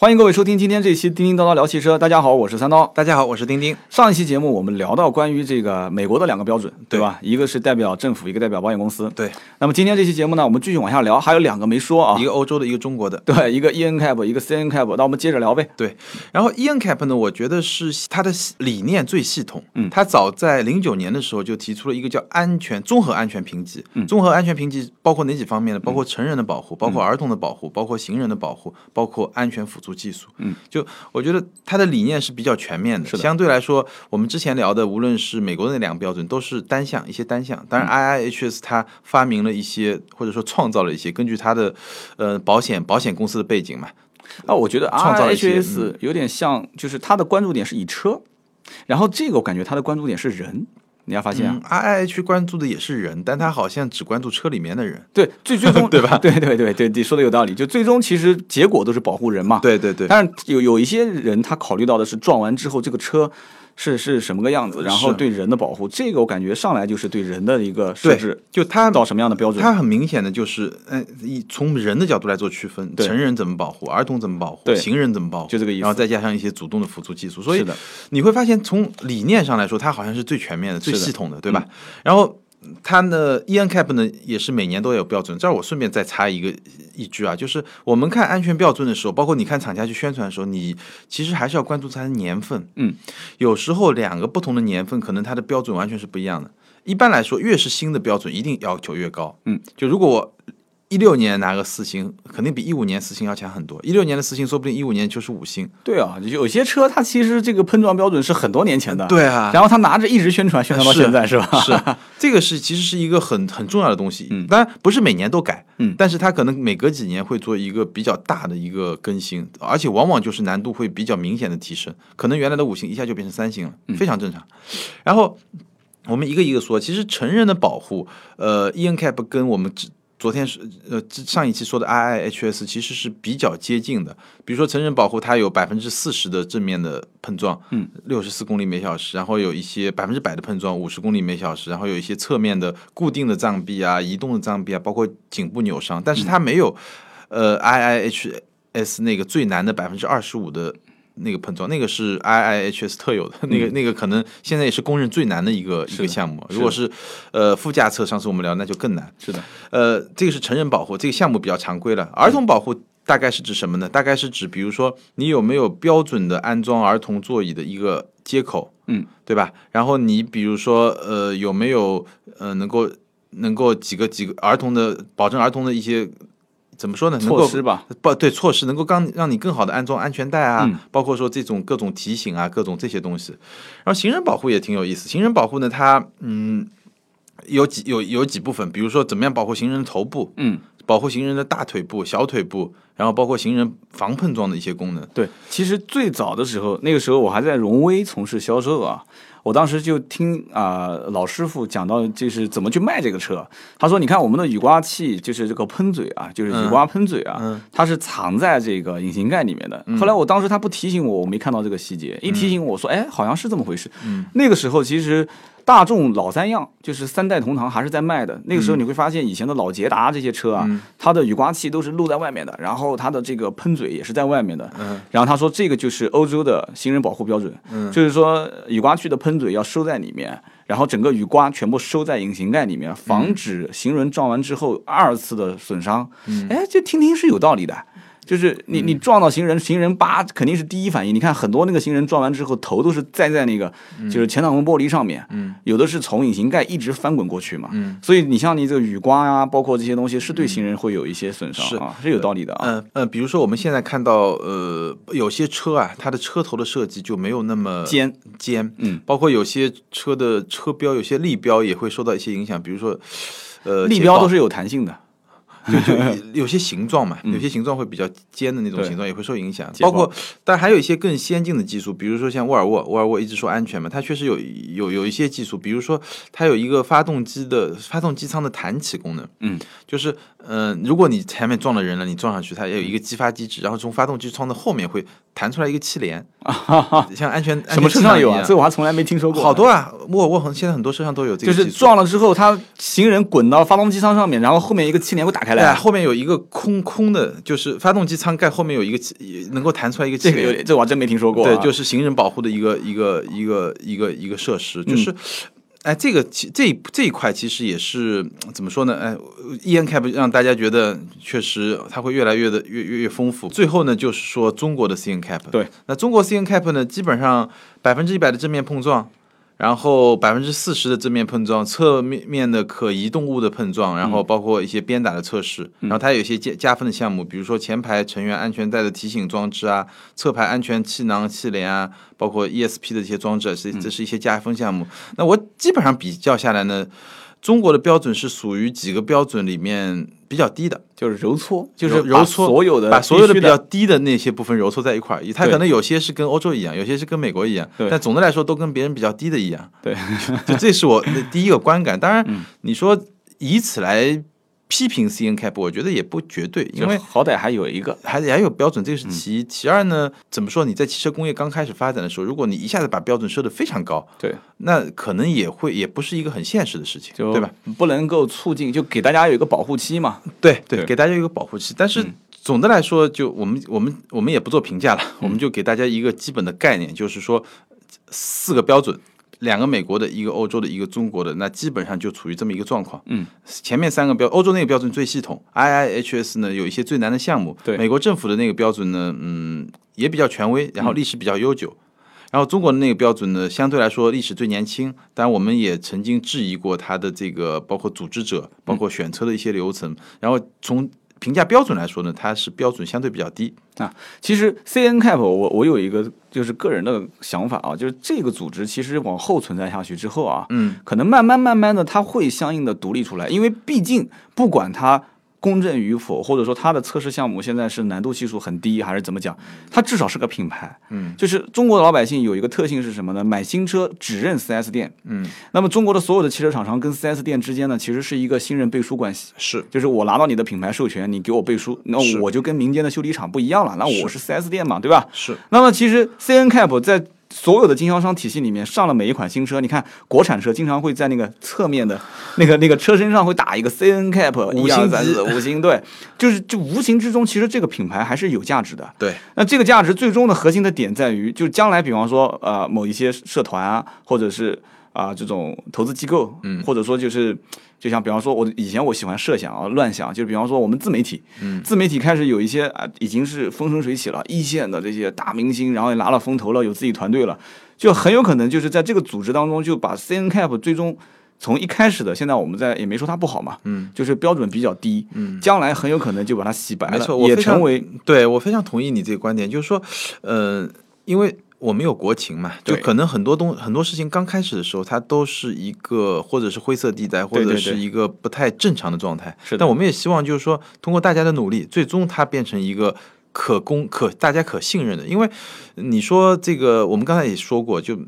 欢迎各位收听今天这期《叮叮叨叨聊汽车》。大家好，我是三刀。大家好，我是丁丁。上一期节目我们聊到关于这个美国的两个标准，对吧？一个是代表政府，一个代表保险公司。对，那么今天这期节目呢，我们继续往下聊，还有两个没说啊一。个欧洲的，一个中国的。对，一个 ENCAP，一个 CNCAP，那我们接着聊呗。对，然后 ENCAP 呢，我觉得是它的理念最系统。嗯，它早在零九年的时候就提出了一个叫安全综合安全评级。嗯，综合安全评级包括哪几方面呢？包括成人的保护，包括儿童的保护，包括行人的保护，包括安全辅助技术。嗯，就我觉得它的理念是比较全面的。是的，相对来说，我们之前聊的，无论是美国的那两个标准，都是单项一些单项。当然，IIHS 它发明了一些，或者说创造了一些，根据它的呃保险保险公司的背景嘛，啊，我觉得创造了一些嗯 RHS 有点像，就是它的关注点是以车，然后这个我感觉它的关注点是人，你要发现啊，嗯，IIH 关注的也是人，但他好像只关注车里面的人。对，最最终 对吧 对对对对，你说的有道理，就最终其实结果都是保护人嘛。对对对，但是有有一些人他考虑到的是撞完之后这个车是是什么个样子，然后是对人的保护，这个我感觉上来就是对人的一个设置就他到什么样的标准。他很明显的就是，嗯、以从人的角度来做区分，成人怎么保护，儿童怎么保护，对行人怎么保护，就这个意思然后再加上一些主动的辅助技术，所是以的你会发现，从理念上来说，它好像是最全面的、最的系统的，对吧？然后。它呢，ENCAP 呢也是每年都有标准。这儿我顺便再插一个一句啊，就是我们看安全标准的时候，包括你看厂家去宣传的时候，你其实还是要关注它的年份。嗯，有时候两个不同的年份，可能它的标准完全是不一样的。一般来说，越是新的标准，一定要求越高。嗯，就如果我一六年拿个四星，肯定比一五年四星要强很多。一六年的四星，说不定一五年就是五星。对啊，有些车它其实这个碰撞标准是很多年前的，、对啊，然后他拿着一直宣传宣传到是现在是吧？是 这个是其实是一个很很重要的东西。嗯，当然不是每年都改，嗯但是它可能每隔几年会做一个比较大的一个更新，而且往往就是难度会比较明显的提升，可能原来的五星一下就变成三星了，非常正常。然后我们一个一个说，其实成人的保护，呃，ENCAP 跟我们之昨天是呃之上一期说的 IIHS 其实是比较接近的。比如说成人保护，它有百分之四十的正面的碰撞，嗯，六十四公里每小时，然后有一些百分之百的碰撞，五十公里每小时，然后有一些侧面的固定的障壁啊、移动的障壁啊，包括颈部扭伤，但是它没有、呃 IIHS 那个最难的百分之二十五的那个碰撞，那个是 IIHS 特有的， 那嗯个那个可能现在也是公认最难的一个一个项目。如果是呃副驾侧，上次我们聊那就更难。是的，呃，这个是成人保护，这个项目比较常规了。儿童保护大概是指什么呢？大概是指，比如说你有没有标准的安装儿童座椅的一个接口，嗯，对吧？然后你比如说，呃，有没有呃能够能够几个几个儿童的保证儿童的一些怎么说呢？能够措施吧，不对，措施能够让让你更好的安装安全带啊，嗯包括说这种各种提醒啊，各种这些东西。然后行人保护也挺有意思，行人保护呢，它嗯有几有有几部分，比如说怎么样保护行人的头部，嗯，保护行人的大腿部、小腿部，然后包括行人防碰撞的一些功能。对，其实最早的时候，那个时候我还在荣威从事销售啊，我当时就听啊、老师傅讲到就是怎么去卖这个车。他说：“你看我们的雨刮器就是这个喷嘴啊，就是雨刮喷嘴啊，它是藏在这个引擎盖里面的。后来我当时他不提醒我，我没看到这个细节，一提醒我说，哎，好像是这么回事。那个时候其实。”大众老三样就是三代同堂还是在卖的。那个时候你会发现，以前的老捷达这些车啊，它的雨刮器都是露在外面的，然后它的这个喷嘴也是在外面的。然后他说这个就是欧洲的行人保护标准，就是说雨刮器的喷嘴要收在里面，然后整个雨刮全部收在引擎盖里面，防止行人撞完之后二次的损伤。哎，这听听是有道理的。就是你你撞到行人，行人叭肯定是第一反应。你看很多那个行人撞完之后，头都是栽在那个就是前挡风玻璃上面，有的是从引擎盖一直翻滚过去嘛。所以你像你这个雨刮呀、包括这些东西，是对行人会有一些损伤啊，是有道理的啊。嗯呃，比如说我们现在看到，呃，有些车啊，它的车头的设计就没有那么尖尖，嗯，包括有些车的车标，有些立标也会受到一些影响，比如说，呃，立捷标豹都是有弹性的， 就 就有些形状嘛，有些形状会比较尖的那种嗯对形状也会受影响，解包放括但还有一些更先进的技术，比如说像沃尔沃，沃尔沃一直说安全嘛，它确实有有有一些技术，比如说它有一个发动机的发动机舱的弹起功能，嗯，就是嗯、呃如果你前面撞了人了，你撞上去，它也有一个嗯激发机制，然后从发动机舱的后面会弹出来一个 气帘，像安全安全什么车气囊上有一啊？样这我还从来没听说过。好多啊，沃尔沃很现在很多车上都有这就个技术，是撞了之后，他行人滚到发动机舱上面，然后后面一个气帘会打开哎，来，后面有一个空空的，就是发动机舱盖后面有一个气能够弹出来一个气这个有流，点，这我还真没听说过啊、对，就是行人保护的一个一个一个一个一个设施，嗯就是。哎，这个其这一这一块其实也是嗯怎么说呢？哎，E N Cap 让大家觉得确实它会越来越的越越越丰富。最后呢，就是说中国的 C N Cap，对，那中国 C N Cap 呢，基本上百分之一百的正面碰撞，然后百分之四十的正面碰撞，侧面面的可移动物的碰撞，然后包括一些鞭打的测试，然后它有一些加加分的项目，比如说前排成员安全带的提醒装置啊，侧排安全气囊、气帘啊，包括 ESP 的这些装置啊，这这是一些加分项目。那我基本上比较下来呢，中国的标准是属于几个标准里面比较低的，就是揉搓，就是揉把揉搓所有的把所有的必比须较低的那些部分揉搓在一块儿，它对可能有些是跟欧洲一样，有些是跟美国一样，对但总的来说都跟别人比较低的一样。对，嗯就这是我的第一个观感。当然，你说以此来批评 C N Cap，我觉得也不绝对，因为就好歹还有一个，还还有标准，这个是嗯其一。其二呢，怎么说？你在汽车工业刚开始发展的时候，如果你一下子把标准设得非常高，对，那可能也会也不是一个很现实的事情，就对吧？？不能够促进，就给大家有一个保护期嘛。 对对，对嗯给大家一个保护期。但是总的来说，就我们我们我们也不做评价了，我们就给大家一个基本的概念，就是说四个标准。两个美国的，一个欧洲的，一个中国的，那基本上就处于这么一个状况。嗯，前面三个标，欧洲那个标准最系统，IIHS 呢有一些最难的项目。对嗯美国政府的那个标准呢，嗯，也比较权威，然后历史比较悠久。然后中国的那个标准呢，相对来说历史最年轻，当然我们也曾经质疑过它的这个包括组织者、包括选车的一些流程。然后从评价标准来说呢，它是标准相对比较低。啊，其实 C N Cap 我我有一个就是个人的想法啊，就是这个组织其实往后存在下去之后啊，嗯，可能慢慢慢慢的它会相应的独立出来，因为毕竟不管它公正与否，或者说它的测试项目现在是难度系数很低还是怎么讲，它至少是个品牌。嗯，就是中国的老百姓有一个特性是什么呢？买新车只认 4S 店。嗯，那么中国的所有的汽车厂商跟 4S 店之间呢，其实是一个信任背书关系。是就是我拿到你的品牌授权，你给我背书，那是我就跟民间的修理厂不一样了。那我是 4S 店嘛，对吧？是，那么其实 C N Cap 在所有的经销商体系里面上了每一款新车，你看国产车经常会在那个侧面的那个那个车身上会打一个 C N Cap，一五星二级三四五星，对，就是就无形之中，其实这个品牌还是有价值的。对，那这个价值最终的核心的点在于，就是将来，比方说，呃，某一些社团啊，或者是啊、这种投资机构，嗯，或者说就是，就像比方说，我以前我喜欢设想啊，乱想，就比方说我们自媒体，嗯，自媒体开始有一些啊、已经是风生水起了，一线的这些大明星，然后也拿了风投了，有自己团队了，就很有可能就是在这个组织当中，就把 CNCAP 最终。从一开始的，现在我们在也没说它不好嘛，嗯，就是标准比较低，嗯，将来很有可能就把它洗白了，没错我也非常成为对我非常同意你这个观点，就是说，呃，因为我们有国情嘛，就对可能很多东很多事情刚开始的时候，它都是一个或者是灰色地带，或对对者对是一个不太正常的状态。是的但我们也希望就是说，通过大家的努力，最终它变成一个。可公可大家可信任的，因为你说这个，我们刚才也说过，就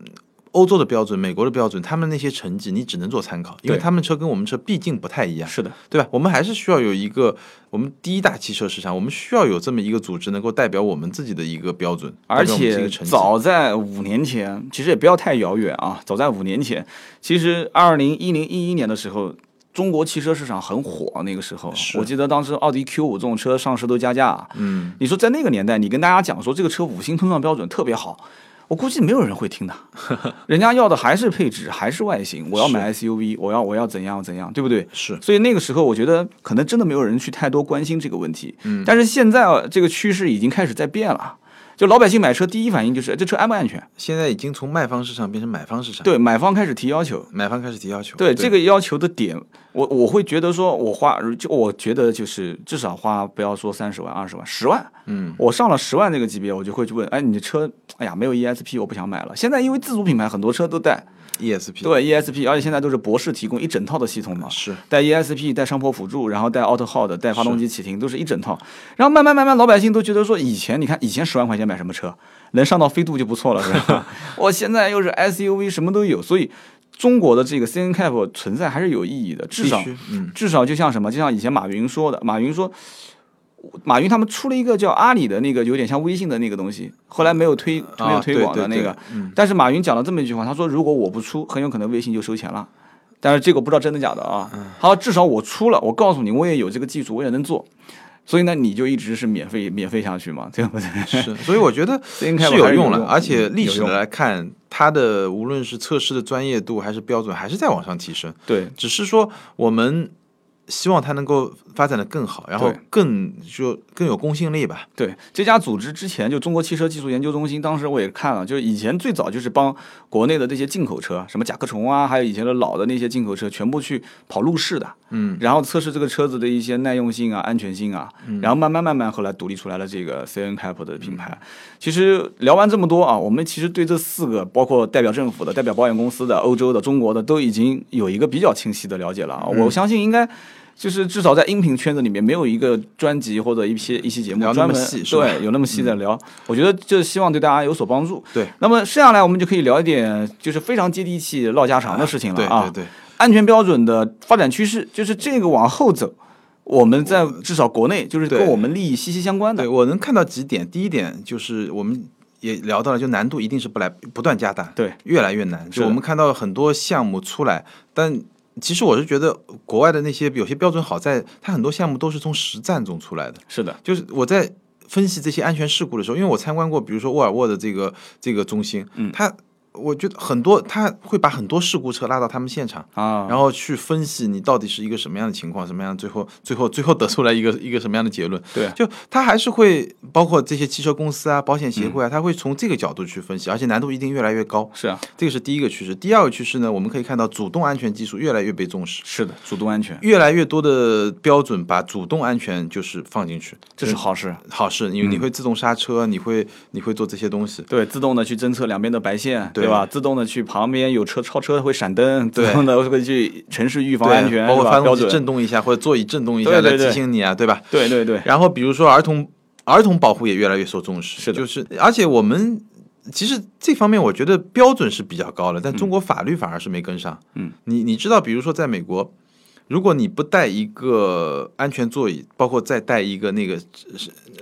欧洲的标准、美国的标准，他们那些成绩你只能做参考，因为对他们车跟我们车毕竟不太一样。是的，对吧？我们还是需要有一个我们第一大汽车市场，我们需要有这么一个组织能够代表我们自己的一个标准，而代表我们自己且的成绩早在五年前，其实也不要太遥远啊。早在五年前，其实二零一零一一年的时候，中国汽车市场很火，那个时候是我记得当时奥迪 Q 五这种车上市都加价。嗯，你说在那个年代，你跟大家讲说这个车五星碰撞标准特别好，我估计没有人会 听的。人家要的还是配置，还是外形。我要买 SUV，我要我要怎样怎样，对不对？ 是所以那个时候，我觉得可能真的没有人去太多关心这个问题。嗯，但是现在啊这个趋势已经开始在变了。就老百姓买车，第一反应就是哎这车安不安全？现在已经从卖方市场变成买方市场，，对，买方开始提要求。买方开始提要求，对对这个要求的点，我我会觉得说，我花就我觉得就是至少花不要说三十万、二十万、十万，嗯，我上了十万这个级别，我就会去问，哎，你的车，哎呀，没有 ESP，我不想买了。现在因为自主品牌很多车都带， ESP 对 ESP，而且现在都是博士提供一整套的系统嘛，是带 ESP、带上坡辅助，然后带 Auto Hold、带发动机启停，都是一整套。然后慢慢慢慢，老百姓都觉得说，以前你看，以前十万块钱买什么车，能上到飞度就不错了，是 吧？我现在又是 SUV，什么都有，所以中国的这个 CN Cap 存在还是有意义的，至必少须，嗯，至少就像什么，就像以前马云说的，马云说。马云他们出了一个叫阿里的那个，有点像微信的那个东西，后来没有推啊没有推广的对对那个。对嗯但是马云讲了这么一句话，他说：“如果我不出，很有可能微信就收钱了。”但是这个不知道真的假的啊。嗯好，至少我出了，我告诉你，我也有这个技术，我也能做。所以呢，你就一直是免费免费下去嘛， 对不对？是，所以我觉得 应该是还有是有用了，用而且嗯历有史用来看，它的无论是测试的专业度还是标准，还是在往上提升。对，只是说我们希望它能够发展的更好，然后对更就更有公信力吧。对这家组织之前就中国汽车技术研究中心，当时我也看了，就是以前最早就是帮国内的这些进口车，什么甲壳虫啊，还有以前的老的那些进口车，全部去跑路试的，嗯，然后测试这个车子的一些耐用性啊、安全性啊，然后慢慢慢慢后来独立出来了这个 CNCAP 的品牌。其实聊完这么多啊，我们其实对这四个包括代表政府的、代表保险公司的、欧洲的、中国的都已经有一个比较清晰的了解了啊。嗯我相信应该。就是至少在音频圈子里面，没有一个专辑或者一些一期节目聊那专么门细是吧嗯对有那么细的聊，我觉得这希望对大家有所帮助。对，那么剩下来我们就可以聊一点就是非常接地气、唠家常的事情了对啊。对对，安全标准的发展趋势，就是这个往后走，我们在至少国内就是对跟我们利益息息相关的对。我能看到几点，第一点就是我们。也聊到了，就难度一定是不来不断加大，对，越来越难。的就我们看到很多项目出来，但其实我是觉得国外的那些有些标准好在，它很多项目都是从实战中出来的。是的，就是我在分析这些安全事故的时候，因为我参观过，比如说沃尔沃的这个这个中心，嗯，他我觉得很多他会把很多事故车拉到他们现场。啊，然后去分析你到底是一个什么样的情况，什么样的最后最后最后得出来一个 一个什么样的结论。对就他还是会包括这些汽车公司啊、保险协会啊，嗯他会从这个角度去分析，而且难度一定越来越高。是啊，这个是第一个趋势。第二个趋势呢，我们可以看到主动安全技术越来越被重视，是的，主动安全，越来越多的标准把主动安全就是放进去。这是好事。好事，因为你会自动刹车，你会你会做这些东西。对，自动的去侦测两边的白线，对对吧？自动的去旁边有车超车会闪灯，自动的会去城市预防对安全，包是括吧发动标机准。震动一下或者座椅震动一对下对来对提醒你啊，对吧？对对对，然后比如说儿童儿童保护也越来越受重视，是的就是而且我们其实这方面我觉得标准是比较高的，但中国法律反而是没跟上。嗯，你你知道，比如说在美国。如果你不带一个安全座椅，包括再带一个那个，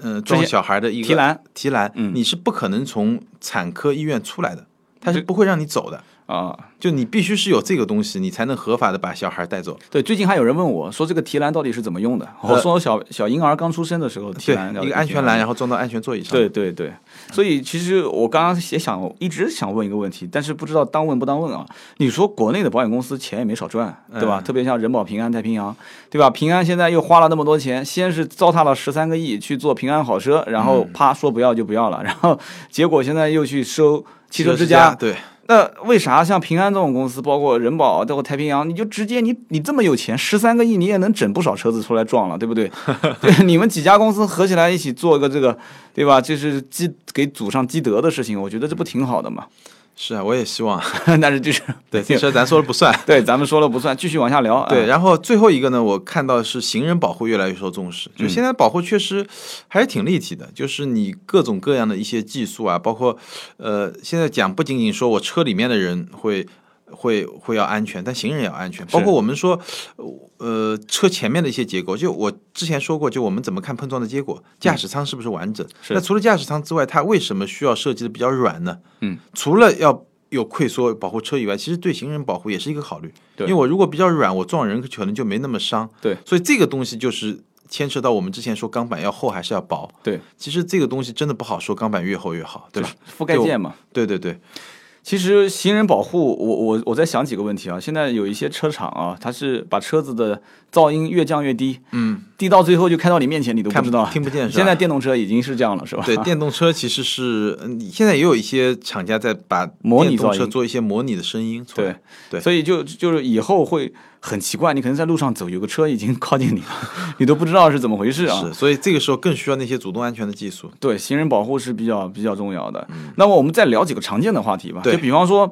呃，装前小孩的一个提篮提篮，嗯你是不可能从产科医院出来的，他是不会让你走的。啊，就你必须是有这个东西，你才能合法的把小孩带走。对，最近还有人问我说这个提篮到底是怎么用的？我说小小婴儿刚出生的时候提呃篮，对要一个安提全篮栏，然后装到安全座椅上。对，对对，所以其实我刚刚也想一直想问一个问题，但是不知道当问不当问啊。你说国内的保险公司钱也没少赚，对吧？特别像人保、平安、太平洋，对吧？平安现在又花了那么多钱，先是糟蹋了十三个亿去做平安好车，然后啪说不要就不要了，然后结果现在又去收汽车之家。对，那为啥像平安这种公司，包括人保，啊包括太平洋，你就直接你你这么有钱，十三个亿你也能整不少车子出来撞了，对不 对？对，你们几家公司合起来一起做一个这个，对吧？就是积给祖上积德的事情，我觉得这不挺好的嘛？ 是啊，我也希望。但是就是对，这事儿咱说了不算。对，咱们说了不算，继续往下聊。对，啊，然后最后一个呢，我看到是行人保护越来越受重视，就现在保护确实还是挺立体的，就是你各种各样的一些技术啊，包括呃，现在讲不仅仅说我车里面的人会会会要安全，但行人也要安全，包括我们说呃车前面的一些结构，就我之前说过，就我们怎么看碰撞的结果，驾驶舱是不是完整？嗯是那除了驾驶舱之外，它为什么需要设计的比较软呢？嗯，除了要有溃缩保护车以外，其实对行人保护也是一个考虑。对因为我如果比较软，我撞人可能就没那么伤。对，所以这个东西就是牵扯到我们之前说钢板要厚还是要薄。对，其实这个东西真的不好说，钢板越厚越好，对吧？覆盖就件嘛。对对对，其实行人保护，我我我在想几个问题啊。现在有一些车厂啊，它是把车子的噪音越降越低，嗯，低到最后就开到你面前，你都不看知道。啊听不见是吧？现在电动车已经是这样了， 是吧？对，电动车其实是，嗯现在也有一些厂家在把模拟电动噪车音做一些模拟的声音出来。对对所以就就是以后会很奇怪，你可能在路上走，有个车已经靠近你了， 你都不知道是怎么回事啊。是，所以这个时候更需要那些主动安全的技术。对，行人保护是比较比较重要的。那么我们再聊几个常见的话题吧，嗯对就比方说，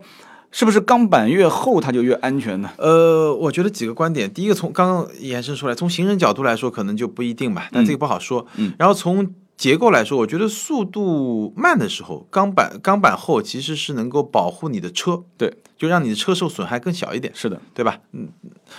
是不是钢板越厚它就越安全呢？呃，我觉得几个观点，第一个从刚刚延伸出来，从行人角度来说可能就不一定吧，但这个不好说。嗯然后从结构来说，我觉得速度慢的时候，钢板钢板厚其实是能够保护你的车，对，就让你的车受损害更小一点，是的，对吧？嗯。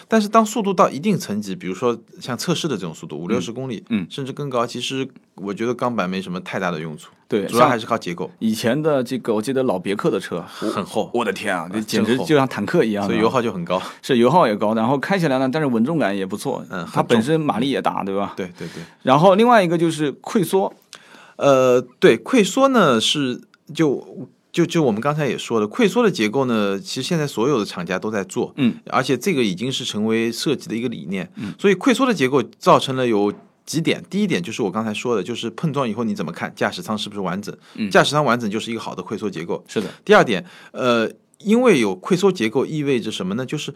但是当速度到一定层级，比如说像测试的这种速度，五六十公里，嗯甚至更高，其实我觉得钢板没什么太大的用处。对，主要像还是靠结构，以前的这个，我记得老别克的车，很厚，我的天啊，这啊简直真厚就像坦克一样的。所以油耗就很高。是油耗也高，然后开起来呢，但是稳重感也不错。嗯很它本身马力也大，对吧？对对对，然后另外一个就是溃缩，呃，对，溃缩呢是就就就我们刚才也说了，溃缩的结构呢，其实现在所有的厂家都在做，嗯，而且这个已经是成为设计的一个理念，嗯，所以溃缩的结构造成了有。几点，第一点就是我刚才说的，就是碰撞以后你怎么看驾驶舱是不是完整？驾驶舱完整就是一个好的溃缩结构。是的，第二点，呃，因为有溃缩结构，意味着什么呢？就是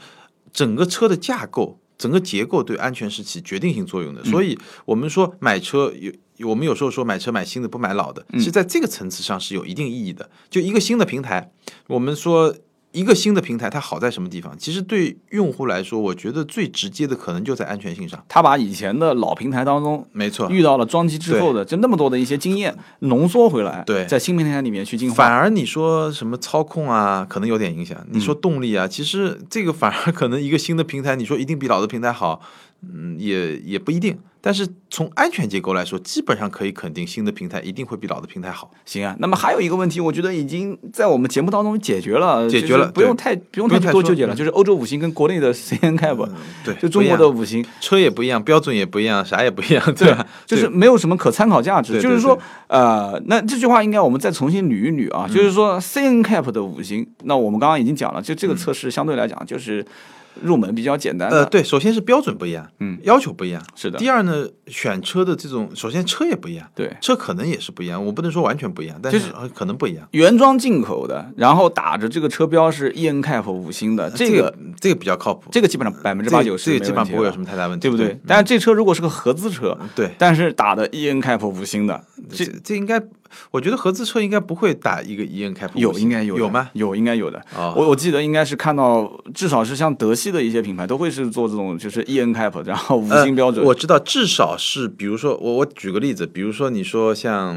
整个车的架构、整个结构对安全是起决定性作用的。所以我们说买车有。我们有时候说买车买新的不买老的，其实在这个层次上是有一定意义的。就一个新的平台，我们说一个新的平台它好在什么地方？其实对用户来说，我觉得最直接的可能就在安全性上。它把以前的老平台当中没错，遇到了撞击之后的就那么多的一些经验浓缩回来，对在新平台里面去进化。反而你说什么操控啊，可能有点影响。你说动力啊，其实这个反而可能一个新的平台，你说一定比老的平台好，嗯，也也不一定。但是从安全结构来说，基本上可以肯定新的平台一定会比老的平台好。行啊，那么还有一个问题，我觉得已经在我们节目当中解决了，解就决是了不用对太不用不太用太多说纠结了。就是欧洲五星跟国内的 CNCAP，嗯对，就中不国一样的五星，车也不一样，标准也不一样，啥也不一样， 对吧？就是没有什么可参考价值。对对嗯就是说，呃，那这句话应该我们再重新捋一捋啊。就是说，CNCAP 的五星，那我们刚刚已经讲了，就这个测试相对来讲就是入门比较简单嗯呃，的，对，首先是标准不一样，嗯，要求不一样。是的，第二呢，选车的这种，首先车也不一样，对。车可能也是不一样，我不能说完全不一样，但就是是呃可能不一样。原装进口的，然后打着这个车标是 ENCAP 五星的，这个呃这个比较靠谱，这个基本上百分之这八个九十这个基本上不会有什么，么太大问题，对不对嗯？但是这车如果是个合资车，对，但是打的 ENCAP 五星的，这这应该，我觉得合资车应该不会打一个 E N 开普，有应该有的有吗？？有应该有的。啊我我记得应该是看到，至少是像德系的一些品牌都会是做这种，就是 EN cap，然后五呃星标准。我知道，至少是比如说，我我举个例子，比如说你说像，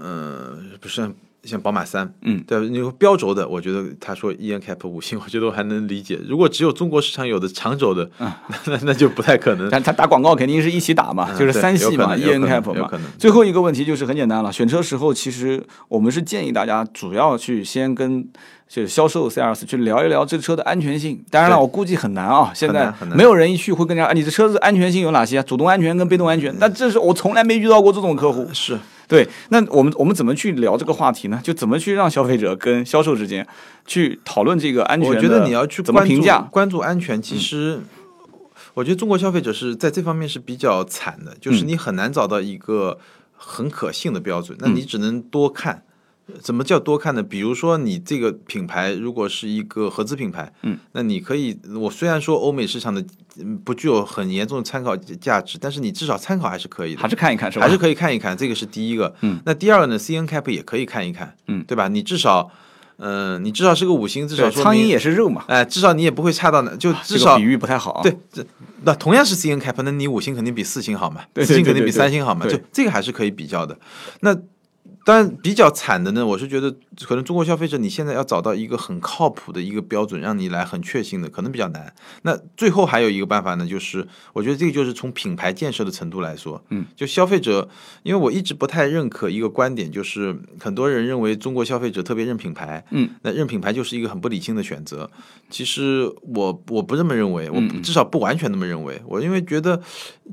呃，不是像宝马三，嗯，对吧，你说标轴的，我觉得他说 E N cap 五星，我觉得我还能理解。如果只有中国市场有的长轴的，嗯那那那就不太可能。但他打广告肯定是一起打嘛，嗯就是对三系嘛有可，EN 能有可 cap 能有嘛可能。最后一个问题就是很简单了，选车时候其实我们是建议大家主要去先跟就是销售 sales 去聊一聊这车的安全性。当然了，对我估计很难啊，现在难很难没有人一去会跟人家，哎你这车子安全性有哪些啊？主动安全跟被动安全，但这是我从来没遇到过这种客户。是对，那我们我们怎么去聊这个话题呢？就怎么去让消费者跟销售之间去讨论这个安全我的？觉得你要去怎么关注评价？嗯关注安全，其实。我觉得中国消费者是在这方面是比较惨的，就是嗯你很难找到一个很可信的标准，嗯那你只能多看。怎么叫多看呢？比如说你这个品牌如果是一个合资品牌，嗯，那你可以，我虽然说欧美市场的嗯不具有很严重的参考价值，但是你至少参考还是可以的，还是看一看是吧？还是可以看一看，这个是第一个。嗯，那第二个呢？C N Cap 也可以看一看，嗯，对吧？你至少，嗯、你至少是个五星，至少对说苍明蝇也是肉嘛，哎，至少你也不会差到哪，就这至个少、比喻不太好啊。对这那同样是 C N Cap，那你五星肯定比四星好嘛，对对四星肯对定对比三星好嘛，对就这个还是可以比较的。那当然比较惨的呢，我是觉得可能中国消费者你现在要找到一个很靠谱的一个标准，让你来很确信的，可能比较难。那最后还有一个办法呢，就是我觉得这个就是从品牌建设的程度来说，嗯，就消费者，因为我一直不太认可一个观点，就是很多人认为中国消费者特别认品牌，嗯，那认品牌就是一个很不理性的选择。其实我我不这么认为，我嗯不至少不完全那么认为。我因为觉得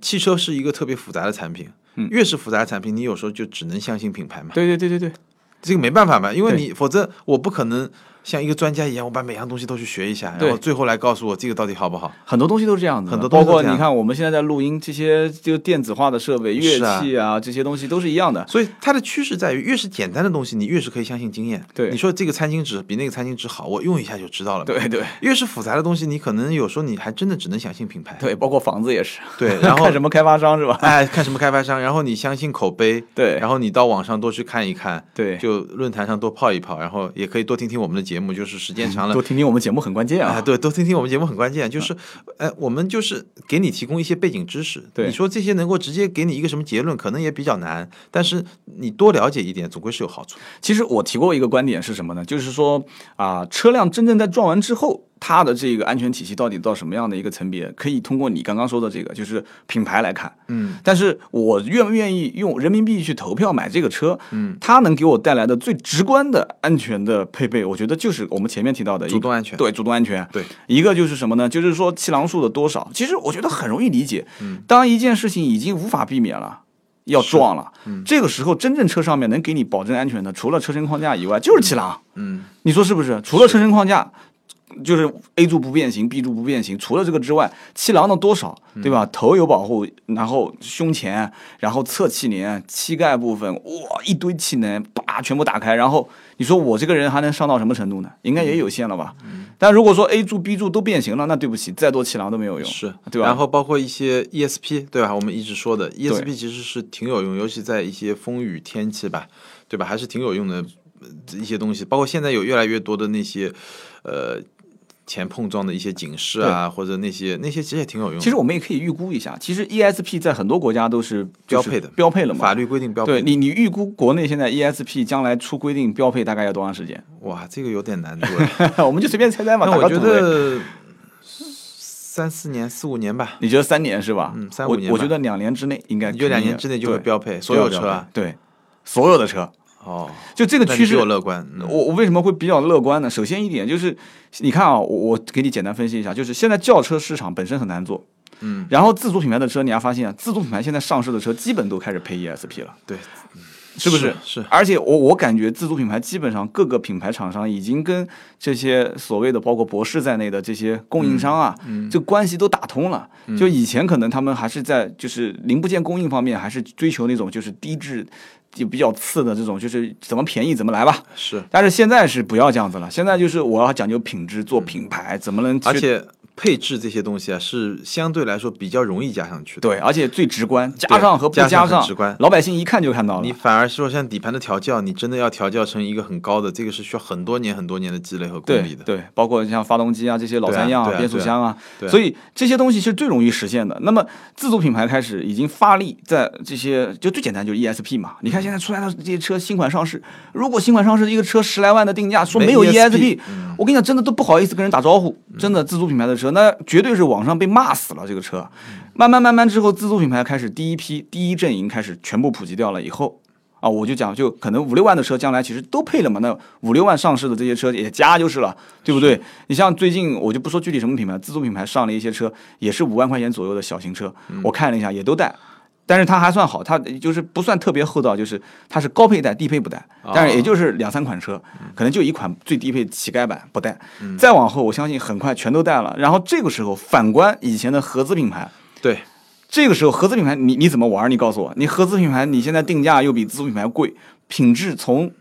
汽车是一个特别复杂的产品，嗯越是复杂的产品，你有时候就只能相信品牌嘛。对对对对对，这个没办法嘛，因为你否则我不可能像一个专家一样，我把每样东西都去学一下，对然后最后来告诉我这个到底好不好。很多东西都是这样子的，很多东包西都括是这样你看我们现在在录音，这些就电子化的设备、乐是啊器啊这些东西都是一样的。所以它的趋势在于，越是简单的东西，你越是可以相信经验。对你说这个餐巾纸比那个餐巾纸好，我用一下就知道了嘛。对对越是复杂的东西，你可能有时候你还真的只能相信品牌。对，包括房子也是， 对，然后看什么开发商是吧？哎，看什么开发商，然后你相信口碑，对然后你到网上多去看一看，对就论坛上多泡一泡，然后也可以多听听我们的节目，就是时间长了多。听听我们节目很关键啊，啊。嗯对，多听听我们节目很关键，就是，哎，我们就是给你提供一些背景知识。对你说这些能够直接给你一个什么结论，可能也比较难，但是你多了解一点，总归是有好处。其实我提过一个观点是什么呢？就是说啊、车辆真正在撞完之后，它的这个安全体系到底到什么样的一个层别，可以通过你刚刚说的这个，就是品牌来看。嗯，但是我愿不愿意用人民币去投票买这个车？嗯，它能给我带来的最直观的安全的配备，我觉得就是我们前面提到的一个主动安全对，主动安全。对，一个就是什么呢？就是说气囊数的多少，其实我觉得很容易理解。嗯，当一件事情已经无法避免了。要撞了，嗯这个时候真正车上面能给你保证安全的，除了车身框架以外，就是气囊。嗯，你说是不是？除了车身框架，就是 A 柱不变形，B 柱不变形，除了这个之外，气囊的多少，嗯对吧？头有保护，然后胸前，然后侧气帘、膝盖部分，哇，一堆气囊，叭，全部打开。然后你说我这个人还能上到什么程度呢？应该也有限了吧？嗯但如果说 A 柱、B 柱都变形了，那对不起，再多气囊都没有用，是对吧？然后包括一些 ESP，对吧？我们一直说的 ESP 对其实是挺有用，尤其在一些风雨天气吧，对吧？还是挺有用的呃一些东西。包括现在有越来越多的那些，呃，前碰撞的一些警示啊，或者那些那些其实也挺有用的。其实我们也可以预估一下，其实 ESP 在很多国家都是就是标配的标配了嘛法。律规定标配对你，你预估国内现在 ESP 将来出规定标配大概要多长时间？哇，这个有点 难度了。我们就随便猜猜嘛。那打我个觉赌呗得三四年、四五年吧，你觉得三年是吧？嗯三五我年吧我觉得两年之内应该你就两年之内就会标配所有车啊啊，对，所有的车，哦，就这个那你趋比势我。乐观。嗯我我为什么会比较乐观呢？首先一点就是，你看啊，我我给你简单分析一下，就是现在轿车市场本身很难做，嗯，然后自主品牌的车，你还发现啊，自主品牌现在上市的车基本都开始配 ESP 了，对，是不是？是是而且我我感觉自主品牌基本上各个品牌厂商已经跟这些所谓的包括博士在内的这些供应商啊，嗯这关系都打通了。就以前可能他们还是在就是零部件供应方面，还是追求那种就是低质。就比较次的这种，就是怎么便宜怎么来吧。是，但是现在是不要这样子了，现在就是我要讲究品质，做品牌，怎么能去而且配置这些东西啊，是相对来说比较容易加上去的。对，而且最直观，加上和不加上加很上，直观老百姓一看就看到了你。反而说像底盘的调教，你真的要调教成一个很高的，这个是需要很多年很多年的积累和功对力的。对，包括像发动机啊这些老三样对啊对啊变速箱啊，对啊所以这些东西是最容易实现的。那么自主品牌开始已经发力在这些，就最简单就是 ESP 嘛。你看现在出来的这些车新款上市，如果新款上市一个车十来万的定价，说没 E 没有 ESP ESP，我跟你嗯讲，真的都不好意思跟人打招呼。真的自主品牌的车，那绝对是网上被骂死了这个车。慢慢慢慢之后，自主品牌开始第一批第一阵营开始全部普及掉了以后。啊，我就讲，就可能五六万的车，将来其实都配了嘛。那五六万上市的这些车也加就是了，对不对？你像最近我就不说具体什么品牌，自主品牌上了一些车，也是五万块钱左右的小型车，我看了一下也都带。但是它还算好，它就是不算特别厚道，就是它是高配带，低配不带，但是也就是两三款车，可能就一款最低配乞丐版不带。再往后，我相信很快全都带了。然后这个时候，反观以前的合资品牌，对这个时候合资品牌你你怎么玩儿？你告诉我，你合资品牌你现在定价又比自主品牌贵，品质从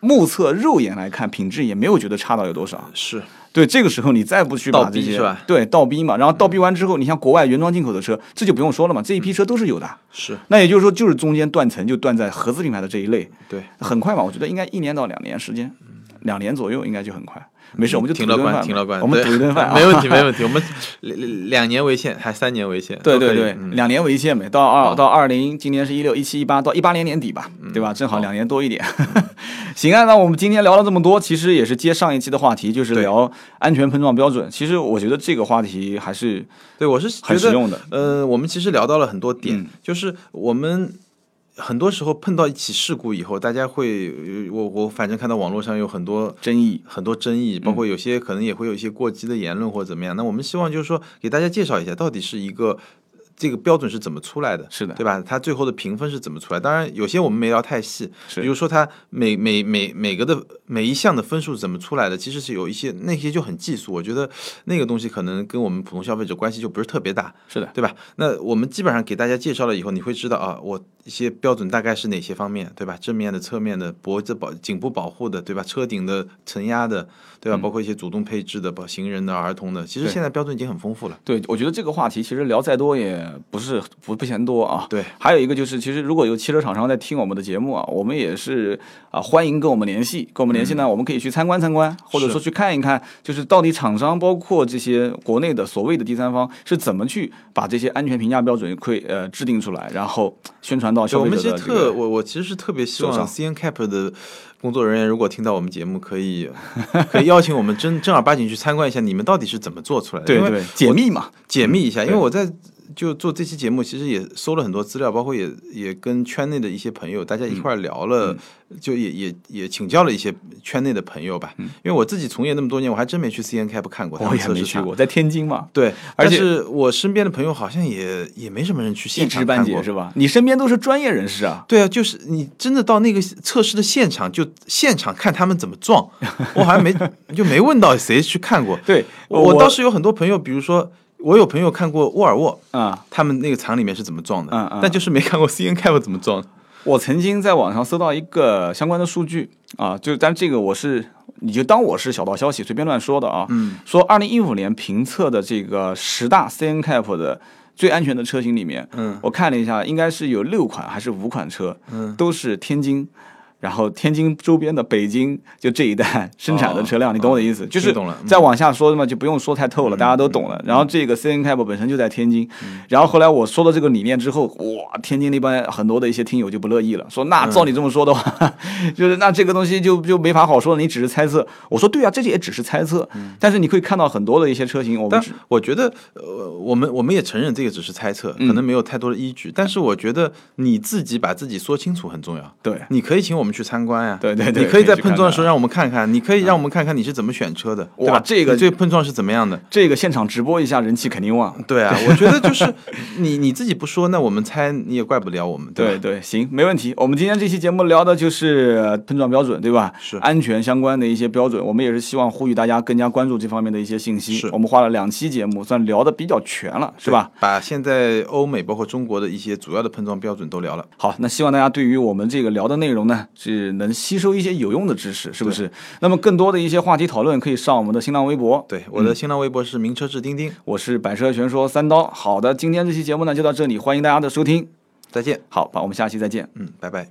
目测肉眼来看，品质也没有觉得差到有多少。是对，这个时候你再不去把倒逼这些是吧对倒逼嘛，然后倒逼完之后，你像国外原装进口的车，这就不用说了嘛，这一批车都是有的。是，那也就是说，就是中间断层就断在合资品牌的这一类，对，很快嘛，我觉得应该一年到两年时间，两年左右应该就很快。没事，我们就挺赌一乐顿观，饭挺吧乐观。我们对赌一顿饭啊， 没问题，没问题。我们两两年为限，还三年为限。对都可对以对，嗯两年为限呗，到二到二零，今年是一六一七一八，到一八年年底吧，嗯对吧？正好两年多一点。 行啊，那我们今天聊了这么多，其实也是接上一期的话题，就是对聊安全碰撞标准。其实我觉得这个话题还是对我是觉很实得用的。呃，我们其实聊到了很多点，嗯就是我们很多时候碰到一起事故以后，大家会，呃我我反正看到网络上有很多争议，很多争议，嗯包括有些可能也会有一些过激的言论或者怎么样。那我们希望就是说给大家介绍一下，到底是一个。这个标准是怎么出来的？是的对吧？它最后的评分是怎么出来？当然，有些我们没聊太细，是比如说它每每每每个的每一项的分数是怎么出来的，其实是有一些那些就很技术，我觉得那个东西可能跟我们普通消费者关系就不是特别大。是的，对吧？那我们基本上给大家介绍了以后，你会知道啊，我一些标准大概是哪些方面，对吧？正面的、侧面的、脖子保、颈部保护的，对吧？车顶的承压的，对吧？包括一些主动配置的，包行人的、儿童的。其实嗯对现在标准已经很丰富了。对，我觉得这个话题其实聊再多也不是不不嫌多啊。对，还有一个就是，其实如果有汽车厂商在听我们的节目啊，我们也是啊、欢迎跟我们联系。跟我们联嗯系呢，我们可以去参观参观，或者说去看一看，就是到底厂商包括这些国内的所谓的第三方是怎么去把这些安全评价标准会呃制定出来，然后宣传到消我费们者其实的这特个。我我其实是特别希手望上 C N Cap 的工作人员如果听到我们节目，可以可以邀请我们真正儿八经去参观一下，你们到底是怎么做出来的？ 对因为对我，解密嘛，解密一下，因为对我在就做这期节目，其实也搜了很多资料，包括也也跟圈内的一些朋友，大家一块儿聊了，就也也也请教了一些圈内的朋友吧。因为我自己从业那么多年，我还真没去 CN Cap 看过他我们也测没试去场。过，在天津嘛，对，而但且是我身边的朋友好像也也没什么人去一现知场半看解过。是吧？你身边都是专业人士啊，对啊，就是你真的到那个测试的现场，就现场看他们怎么 撞，我好像没就没问到谁去看过。对我我倒是有很多朋友，比如说我有朋友看过沃尔沃，啊、他们那个厂里面是怎么撞的，嗯嗯但就是没看过 C N Cap 怎么撞的。我曾经在网上搜到一个相关的数据啊，就但这个我是你就当我是小道消息随便乱说的啊，嗯，说二零一五年评测的这个十大 CN Cap 的最安全的车型里面，嗯，我看了一下，应该是有六款还是五款车，嗯，都是天津。然后天津周边的北京就这一带生产的车辆，哦你懂我的意思？就是听懂了嗯再往下说嘛，就不用说太透了，大家都懂了。然后这个 CN Cap 本身就在天津，然后后来我说了这个理念之后，哇，天津那边很多的一些听友就不乐意了，说那照你这么说的话， 就是那这个东西就就没法好说了，你只是猜测。我说对啊，这也只是猜测，但是你可以看到很多的一些车型，我们但只我觉得，呃，我们我们也承认这个只是猜测，嗯可能没有太多的依据。但是我觉得你自己把自己说清楚很重要。对你可以请我们去参观呀、对对对你可以可在以去看碰撞的时候看嗯让我们看看，你可以让我们看看你是怎么选车的，对哇吧？这个你这个碰撞是怎么样的？这个现场直播一下，人气肯定旺。对啊，我觉得就是你你自己不说，那我们猜你也怪不了我们，吧？对对，行，没问题。我们今天这期节目聊的就是呃碰撞标准，对吧？是安全相关的一些标准，我们也是希望呼吁大家更加关注这方面的一些信息。是我们花了两期节目，算聊的比较全了，是吧？？把现在欧美包括中国的一些主要的碰撞标准都聊了。好，那希望大家对于我们这个聊的内容呢，是能吸收一些有用的知识，是不是？那么更多的一些话题讨论，可以上我们的新浪微博。对，我的新浪微博是名车志钉钉，我是百车全说三刀。好的，今天这期节目呢就到这里，欢迎大家的收听。再见。好吧，我们下期再见。嗯，拜拜。